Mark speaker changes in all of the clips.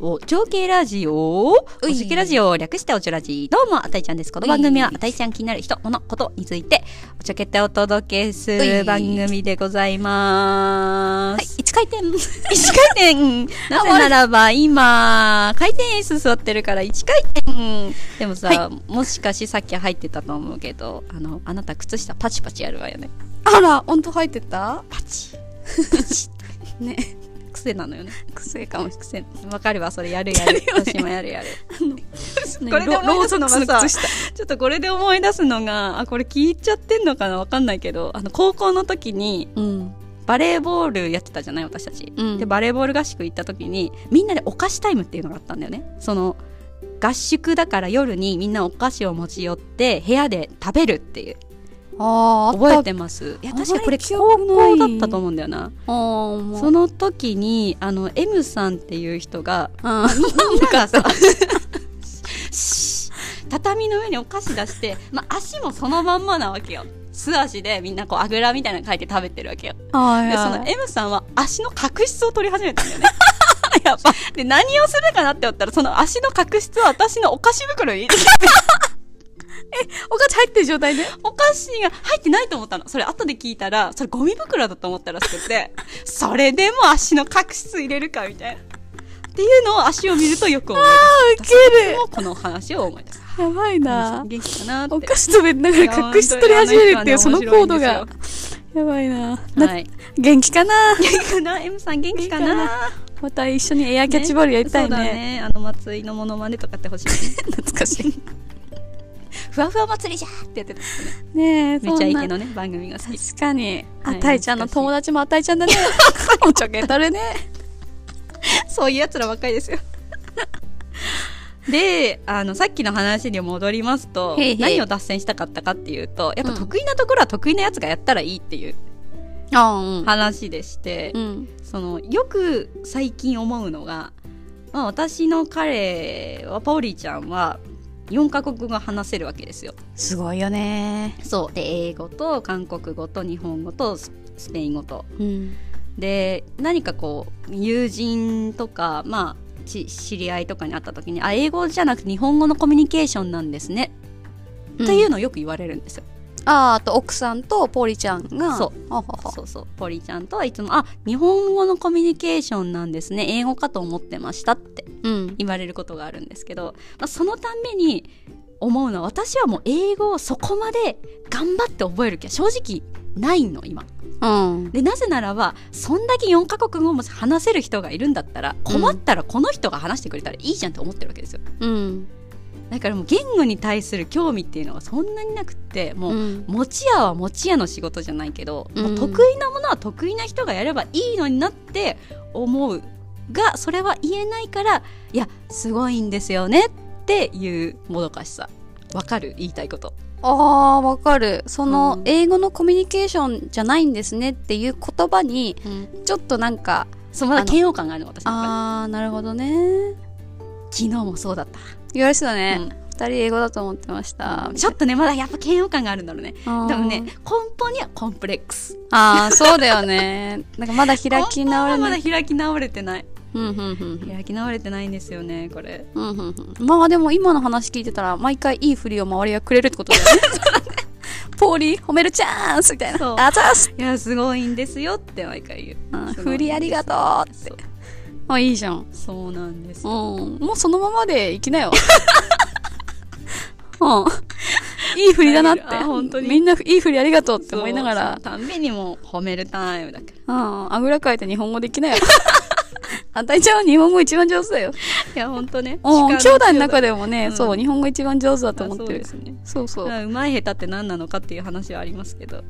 Speaker 1: を、情景ラジオ、お
Speaker 2: うい
Speaker 1: じけラジオ、略しておちょラジ。どうも、あたいちゃんです。この番組は、あたいちゃん気になる人、物、ことについて、おちょけてお届けす
Speaker 2: うい
Speaker 1: る番組でございま
Speaker 2: はい
Speaker 1: す。、
Speaker 2: 一回転。
Speaker 1: 一回 転なぜならば今、回転椅子座ってるから一回転でもさ、
Speaker 2: は
Speaker 1: もしかしさっき入ってたと思うけど、あの、あなた靴下パチパチやるわよね。
Speaker 2: あら、音入ってた
Speaker 1: パチ。
Speaker 2: ね。
Speaker 1: 癖なのよね。
Speaker 2: 癖かもし
Speaker 1: 癖。わかるわ、それやるやる。私もやるやる。ね
Speaker 2: これで思い出すのがさ
Speaker 1: ローソクスの靴下ちょっとこれで思い出すのが、あ、これ聞いちゃってんのかなわかんないけど、あの、高校の時に、
Speaker 2: うん。
Speaker 1: バレーボールやってたじゃない私たち、
Speaker 2: うん
Speaker 1: でバレーボール合宿行った時にみんなでお菓子タイムっていうのがあったんだよねその合宿だから夜にみんなお菓子を持ち寄って部屋で食べるっていう
Speaker 2: ああ、
Speaker 1: 覚え
Speaker 2: る。
Speaker 1: てますいや
Speaker 2: あんまり
Speaker 1: 確かこれ
Speaker 2: 記
Speaker 1: 高
Speaker 2: 憶ない
Speaker 1: 校だったと思うんだよな
Speaker 2: あーもう
Speaker 1: その時にあの M さんっていう人が
Speaker 2: うん。
Speaker 1: なんか さ畳の上にお菓子出して、まあ、足もそのまんまなわけよ素足でみんなこうあぐらみたいなの書いて食べてるわけよ
Speaker 2: あ
Speaker 1: でその M さんは足の角質を取り始めたん だよね。やばで何をするかなって思ったらその足の角質を私のお菓子袋 に入れて
Speaker 2: お菓子入ってる状態で。
Speaker 1: お菓子が入ってないと思ったのそれ後で聞いたらそれゴミ袋だと思ったらしくてそれでも足の角質入れるかみたいなっていうのを足を見るとよく思い出す
Speaker 2: あーウケ
Speaker 1: 私
Speaker 2: る
Speaker 1: もこの話を思い出す
Speaker 2: やばい
Speaker 1: 元
Speaker 2: な。
Speaker 1: 気かなって
Speaker 2: お菓子食べながら隠し取り始めるっていう、そのコードが。やばいな。
Speaker 1: は
Speaker 2: ない元気かな
Speaker 1: 元気か な M さん元気か
Speaker 2: 元気
Speaker 1: な
Speaker 2: また一緒にエアキャッチボールやりたい
Speaker 1: そうだ
Speaker 2: ね。
Speaker 1: ねあの松井のモノマネとかってほ しいね
Speaker 2: 懐かしい。
Speaker 1: ふわふわ祭りじゃーってやってたんですよね。
Speaker 2: ねえ、
Speaker 1: めちゃイケ
Speaker 2: そんな
Speaker 1: のね、番組が好き。
Speaker 2: 確かに。あ
Speaker 1: はい
Speaker 2: たいちゃんの友達もあたいちゃん だね。おちょけとるね。
Speaker 1: そういう奴らばっかりですよ。で、あの、さっきの話に戻りますと
Speaker 2: へいへい、
Speaker 1: 何を脱線したかったかっていうと、やっぱ
Speaker 2: うん
Speaker 1: 得意なところは得意なやつがやったらいいっていう
Speaker 2: あうん。
Speaker 1: 話でして、
Speaker 2: うん。
Speaker 1: その、よく最近思うのが、まあ私の彼は、パオリーちゃんは、4カ国語が話せるわけですよ。
Speaker 2: すごいよね。
Speaker 1: そう。で、英語と韓国語と日本語とススペイン語と
Speaker 2: うん。
Speaker 1: で何かこう友人とか、まあ、ち知り合いとかに会った時にあ英語じゃなくて日本語のコミュニケーションなんですね、っていうのをよく言われるんですよ。
Speaker 2: あーあと奥さんとポリちゃんが
Speaker 1: そう
Speaker 2: あはは
Speaker 1: そうそうポリちゃんとはいつも「あ日本語のコミュニケーションなんですね英語かと思ってました」って
Speaker 2: うん
Speaker 1: 言われることがあるんですけど、まあ、そのたんびに思うのは私はもう英語をそこまで頑張って覚える気は正直ないの今。
Speaker 2: うん
Speaker 1: でなぜならばそんだけ4カ国語も話せる人がいるんだったら困ったらこの人が話してくれたらいいじゃんって思ってるわけですよ
Speaker 2: うん
Speaker 1: だからもう言語に対する興味っていうのがそんなになくってもう、
Speaker 2: うん
Speaker 1: 持ち屋は持ち屋の仕事じゃないけど、もううん得意なものは得意な人がやればいいのになって思うがそれは言えないからいやすごいんですよねっていうもどかしさわかる言いたいこと
Speaker 2: あーわかるその、
Speaker 1: うん
Speaker 2: 英語のコミュニケーションじゃないんですねっていう言葉にちょっとなんか
Speaker 1: そうまだ
Speaker 2: あの
Speaker 1: 嫌悪感があるの私の中で
Speaker 2: あーなるほどね
Speaker 1: 昨日もそうだった、
Speaker 2: 言われてた
Speaker 1: う
Speaker 2: ね、
Speaker 1: ん
Speaker 2: 二人英語だと思ってました
Speaker 1: ちょっとねまだやっぱ嫌悪感があるんだろうね
Speaker 2: あー
Speaker 1: でもね、根本にはコンプレックス。
Speaker 2: あーそうだ よねなんかまだ開き直
Speaker 1: 根本
Speaker 2: れ
Speaker 1: はま
Speaker 2: な
Speaker 1: だ
Speaker 2: い
Speaker 1: 開き直れてない。
Speaker 2: うんうんうん
Speaker 1: 開き直れてないんですよね、これ。
Speaker 2: うんうんうんまあでも今の話聞いてたら毎回いい振りを周りがくれるってことだよ ねポーリー褒めるチャンスみたい
Speaker 1: そう
Speaker 2: なあざーす
Speaker 1: いや、すごいんですよって毎回言う。
Speaker 2: うん
Speaker 1: すごい
Speaker 2: 振りありがとうって
Speaker 1: そう
Speaker 2: あいいじゃん
Speaker 1: そうなんです
Speaker 2: う
Speaker 1: よ。
Speaker 2: んもうそのままでいき なようんいい振りだなって
Speaker 1: あ本当に
Speaker 2: みんないい振りありがとうって思いながら
Speaker 1: そうそのたんびにもう褒めるタイムだか
Speaker 2: うんあぐらかいて日本語で きなよあたいちゃんは日本語一番上手だよ。
Speaker 1: ら。いや、ほんとね。
Speaker 2: うん、兄弟の中
Speaker 1: で
Speaker 2: でもね、
Speaker 1: うん
Speaker 2: そう、日本語一番上手だと思
Speaker 1: そ
Speaker 2: っ
Speaker 1: う
Speaker 2: て
Speaker 1: で
Speaker 2: る。
Speaker 1: すね。
Speaker 2: そうそう
Speaker 1: まあうまい下手って何なのかっていう話はありますけど。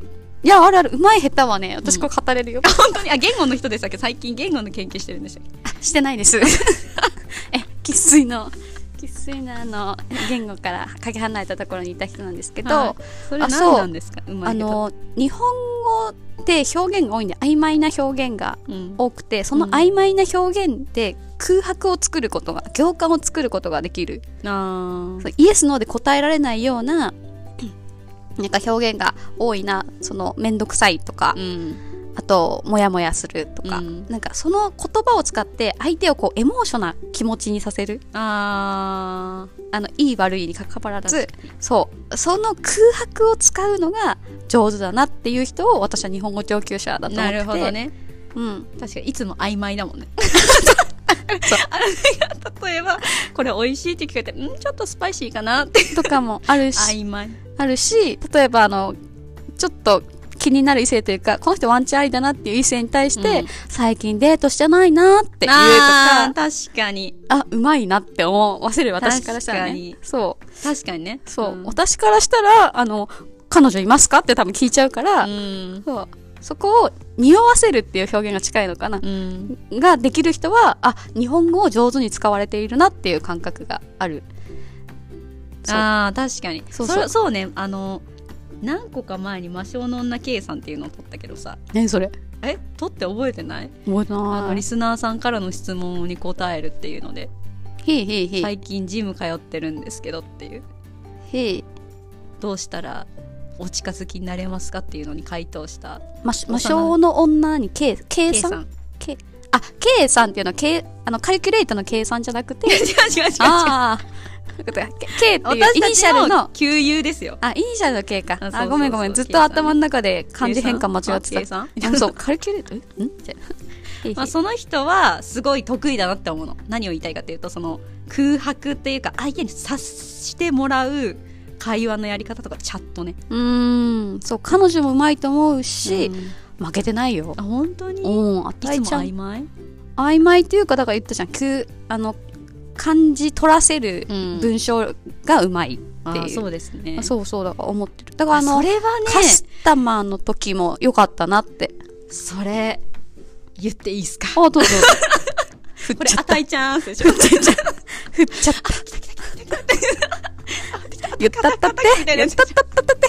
Speaker 2: いや、あるある。うまい下手はね、私これ語れるよ。
Speaker 1: 本当に、あ、言語の人でしたっけ最近言語の研究してるんでしたっけ
Speaker 2: してないです。 え、生粋の、生粋のあの、言語からかけ離れたところにいた人なんですけど、
Speaker 1: はいそれ
Speaker 2: あ
Speaker 1: 何
Speaker 2: そう
Speaker 1: なんですかうま
Speaker 2: あ
Speaker 1: い下手。
Speaker 2: の、日本語って表現が多いんで、曖昧な表現が
Speaker 1: うん、
Speaker 2: 多くて、その曖昧な表現で空白を作ることが、行間を作ることができる。
Speaker 1: あー
Speaker 2: そうイエス、ノーで答えられないような、なんか表現が多いな、その、めんどくさいとか
Speaker 1: う、ん。
Speaker 2: あとモヤモヤするとか、
Speaker 1: うん
Speaker 2: なんかその言葉を使って相手をこうエモーショナルな気持ちにさせる
Speaker 1: あ
Speaker 2: あのいい悪いにかかわらず
Speaker 1: 確
Speaker 2: そうその空白を使うのが上手だなっていう人を私は日本語上級者だ
Speaker 1: あ
Speaker 2: と思
Speaker 1: な
Speaker 2: って
Speaker 1: る
Speaker 2: て
Speaker 1: ほど、ね
Speaker 2: うん、
Speaker 1: 確かにいつも曖昧だも んねあれが 例えばこれ美味しいって聞かれてんちょっとスパイシーかなって
Speaker 2: とかも あるし
Speaker 1: 曖昧
Speaker 2: あるし例えばあのちょっと気になる異性というかこの人ワンチャンありだなっていう異性に対して、
Speaker 1: うん
Speaker 2: 最近デートしてないなって言うと
Speaker 1: あ
Speaker 2: か
Speaker 1: ー確かに
Speaker 2: あうまいなって思わせる私からしたら
Speaker 1: 確か
Speaker 2: ね
Speaker 1: に
Speaker 2: そう
Speaker 1: 確かにね
Speaker 2: そう、
Speaker 1: ん
Speaker 2: 私からしたらあの彼女いますかって多分聞いちゃうから、
Speaker 1: うん
Speaker 2: そうそこを匂わせるっていう表現が近いのかな、
Speaker 1: うん
Speaker 2: ができる人はあ日本語を上手に使われているなっていう感覚があるそう
Speaker 1: あー確かにそ
Speaker 2: そ
Speaker 1: うう
Speaker 2: そう
Speaker 1: そうそうねあの何個か前に魔性の女 K さんっていうのを取ったけどさ
Speaker 2: 何それ
Speaker 1: え取って覚えてない
Speaker 2: もうな
Speaker 1: あのリ
Speaker 2: ス
Speaker 1: スナーさんからの質問に答えるっていうので
Speaker 2: ひいひいひい、
Speaker 1: 最近ジム通ってるんですけどっていう
Speaker 2: ひい
Speaker 1: どうしたらお近づきになれますかっていうのに回答した
Speaker 2: ま魔性の女に K, K
Speaker 1: K
Speaker 2: さ
Speaker 1: さ
Speaker 2: ん
Speaker 1: ん
Speaker 2: K あ K さんっていうのは K あのカリキュレートの計算じゃなくて
Speaker 1: 違う違う違う
Speaker 2: ああ K っていうイ
Speaker 1: 私た
Speaker 2: ニシ
Speaker 1: ち
Speaker 2: ャ
Speaker 1: の
Speaker 2: ルの
Speaker 1: 旧友ですよ
Speaker 2: あイニシャルの K か
Speaker 1: あそうそう
Speaker 2: あ
Speaker 1: そう
Speaker 2: ごめんごめんずっと
Speaker 1: K さん
Speaker 2: 頭の中で漢字変換間違ってた
Speaker 1: K さん
Speaker 2: あ そうカリキュレートえんってひい ひ
Speaker 1: まあ、
Speaker 2: い
Speaker 1: その人はすごい得意だなって思うの何を言いたいかというとその空白っていうか相手に察してもらう会話のやり方とかチャットね
Speaker 2: うーんそう彼女もうまいと思うし、
Speaker 1: うん
Speaker 2: 負けてないよ
Speaker 1: あ本当にいつも
Speaker 2: うんあたいちゃん
Speaker 1: 曖昧
Speaker 2: 曖昧っていうかだから言ったじゃんくあの漢字取らせる
Speaker 1: うん
Speaker 2: 文章がうまい、
Speaker 1: あ
Speaker 2: っていう
Speaker 1: そうですね
Speaker 2: あそうそうだから思ってるだから
Speaker 1: あ
Speaker 2: あの
Speaker 1: それはね
Speaker 2: カスタマーの時も良かったなって。
Speaker 1: それ言っていいですか
Speaker 2: あ、どうぞ。振っ
Speaker 1: これ
Speaker 2: ちゃ
Speaker 1: あ
Speaker 2: っ
Speaker 1: た
Speaker 2: た。振っ
Speaker 1: いちゃんでしょ
Speaker 2: ちゃった。言ったったって。
Speaker 1: みたいな
Speaker 2: 言
Speaker 1: や
Speaker 2: っ
Speaker 1: つ
Speaker 2: たったったって。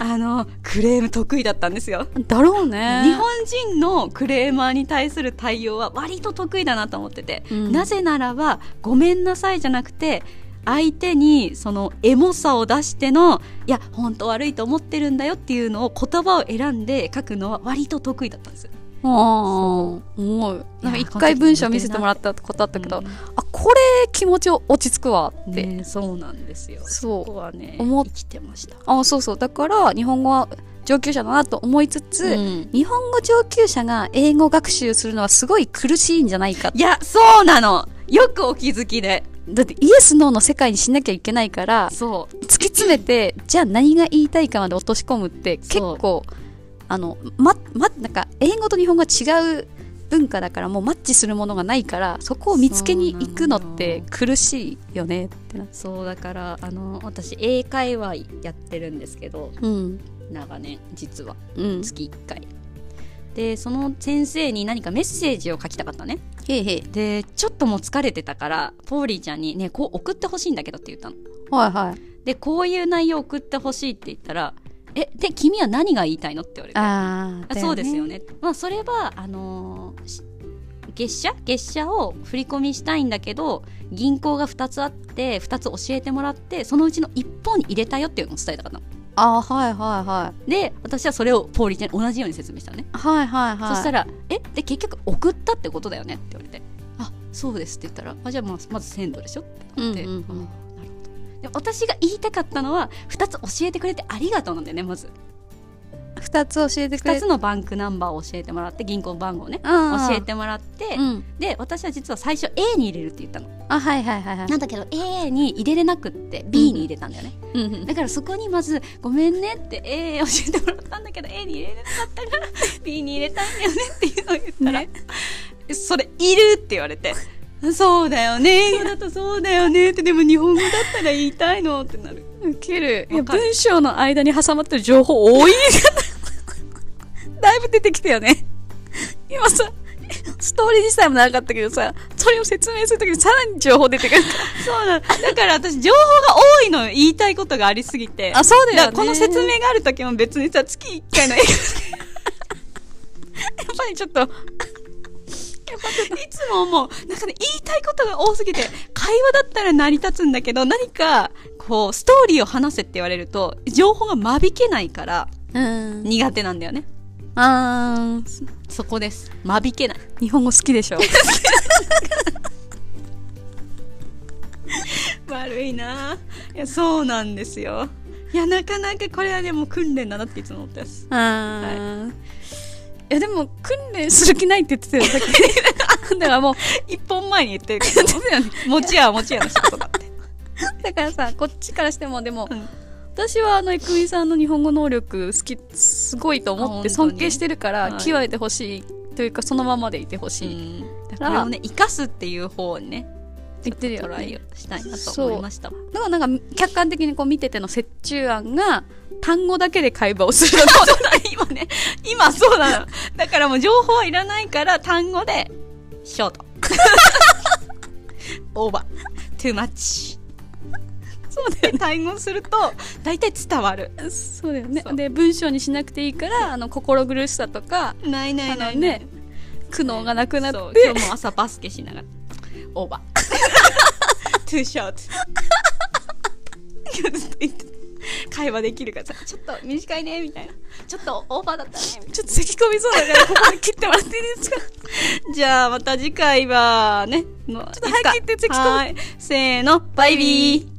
Speaker 1: あのクレーム得意だったんですよ
Speaker 2: だろうね。
Speaker 1: 日本人のクレーマーに対する対応は割と得意だなと思ってて、
Speaker 2: うん
Speaker 1: なぜならば「ごめんなさい」じゃなくて相手にそのエモさを出しての「いや本当悪いと思ってるんだよ」っていうのを言葉を選んで書くのは割と得意だったんですよ。
Speaker 2: ああ、もう。なんか一回文章見せてもらったことあったけど、あ、これ気持ちを落ち着くわ
Speaker 1: うん
Speaker 2: って。
Speaker 1: ねそうなんですよ。
Speaker 2: そう
Speaker 1: ここはね
Speaker 2: 思っ
Speaker 1: 生きてました。
Speaker 2: あ、そうそう。だから、日本語は上級者だなと思いつつ、
Speaker 1: うん
Speaker 2: 日本語上級者が英語学習するのはすごい苦しいんじゃないかって
Speaker 1: いやそうなのよくお気づきで
Speaker 2: だってイエス・ノーの世界にしなきゃいけないから
Speaker 1: そう
Speaker 2: 突き詰めてじゃあ何が言いたいかまで落とし込むって結
Speaker 1: そう
Speaker 2: 構あのままなんか英語と日本語は違う文化だからもうマッチするものがないからそこを見つけに行くのって苦しいよねってな
Speaker 1: そうだからあの私英会話やってるんですけど
Speaker 2: うん
Speaker 1: 長年実は
Speaker 2: うん
Speaker 1: 月1回でその先生に何かメッセージを書きたかったね
Speaker 2: へいへい
Speaker 1: でちょっともう疲れてたからポーリーちゃんにねこう送ってほしいんだけどって言ったの
Speaker 2: はいはい
Speaker 1: でこういう内容送ってほしいって言ったらえで君は何が言いたいのって言われて
Speaker 2: あ
Speaker 1: あそうですよねまあそれはあのーし月謝月謝を振り込みしたいんだけど銀行が2つあって2つ教えてもらってそのうちの1本に入れたよっていうのを伝えたかったの
Speaker 2: あはいはいはい
Speaker 1: で私はそれをポーリーちゃんに同じように説明したのね
Speaker 2: はいはいはい
Speaker 1: そした
Speaker 2: ら
Speaker 1: ら「えで結局送ったってことだよね」って言われて「あそうです」って言ったら「あじゃあまずまず鮮度でしょ」ってなって、
Speaker 2: うんうんうん
Speaker 1: あなるほどで私が言いたかったのは2つ教えてくれてありがとうなんだよねまず
Speaker 2: 2つ教えてくれ
Speaker 1: 2つのバンクナンバーを教えてもらって銀行番号ね
Speaker 2: 教
Speaker 1: 教えてもらって、
Speaker 2: うん
Speaker 1: で私は実は最初 A に入れるって言ったの
Speaker 2: あはいはいはいはい
Speaker 1: なんだけど A に入れれなくって B に入れたんだよね、
Speaker 2: うんうん
Speaker 1: だからそこにまず「ごめんね」って A 教えてもらったんだけど A に入れれなかったから B に入れたんだよねっていうのを言ったら、それいるって言われて「そうだよね英語だとそうだよね」ってでも日本語だったら言いたいのってなる
Speaker 2: ウケるいや
Speaker 1: わかる
Speaker 2: 文章の間に挟まってる情報多い だいぶ出てきたよね今さストーリー自体も長かったけどさそれを説明するときにさらに情報出てくる
Speaker 1: そうだだから私情報が多いのよ言いたいことがありすぎて
Speaker 2: あそうだよね
Speaker 1: からこの説明がある時も別にさ月1回の英語
Speaker 2: やっぱりちょっと
Speaker 1: いつももうなんかね言いたいことが多すぎて会話だったら成り立つんだけど何かこうストーリーを話せって言われると情報が間引けないから
Speaker 2: うん
Speaker 1: 苦手なんだよね
Speaker 2: あー
Speaker 1: そこです間引けない
Speaker 2: 日本語好きでしょ
Speaker 1: 悪いないやそうなんですよいやなかなかこれはねもう訓練だなっていつも思ってます
Speaker 2: あー、い、やでも訓練する気ないって言ってたよさっ きだからもう
Speaker 1: 一本前に言ってるけ ど持ちや持ちやの仕事だって、
Speaker 2: だからさこっちからしてもでも
Speaker 1: うん
Speaker 2: 私はあの郁美さんの日本語能力好きすごいと思っ
Speaker 1: あ
Speaker 2: て
Speaker 1: 本当に
Speaker 2: 尊敬してるから、
Speaker 1: はい
Speaker 2: 極めてほしいというかそのままでいてほしい、
Speaker 1: だからこれをね生かすっていう方にね
Speaker 2: 言ってるよ
Speaker 1: トラ
Speaker 2: ね
Speaker 1: イをしたいなと思いましたわ
Speaker 2: だからなんか客観的にこう見てての折衷案が単語だけで会話をするのと
Speaker 1: 今ね 今そうなの だからもう情報はいらないから単語でショート オーバートゥーマッチそうで対応すると大体伝わる
Speaker 2: そうだよね
Speaker 1: そう
Speaker 2: で文章にしなくていいからあの心苦しさとか
Speaker 1: ないな
Speaker 2: あ
Speaker 1: いな
Speaker 2: の
Speaker 1: い
Speaker 2: ね苦悩がなくなっ
Speaker 1: そう
Speaker 2: て
Speaker 1: 今日も朝バスケしながらオ ーバートゥー ショート今日ずっと言ってた会話できるからさちょっと短いねみたいなちょっとオーバーだったねみたいな
Speaker 2: ちょっと咳込みそうだからここで切ってもらっていいですか
Speaker 1: じゃあまた次回はね、ちょっと
Speaker 2: と張り切って
Speaker 1: せーの、バイビー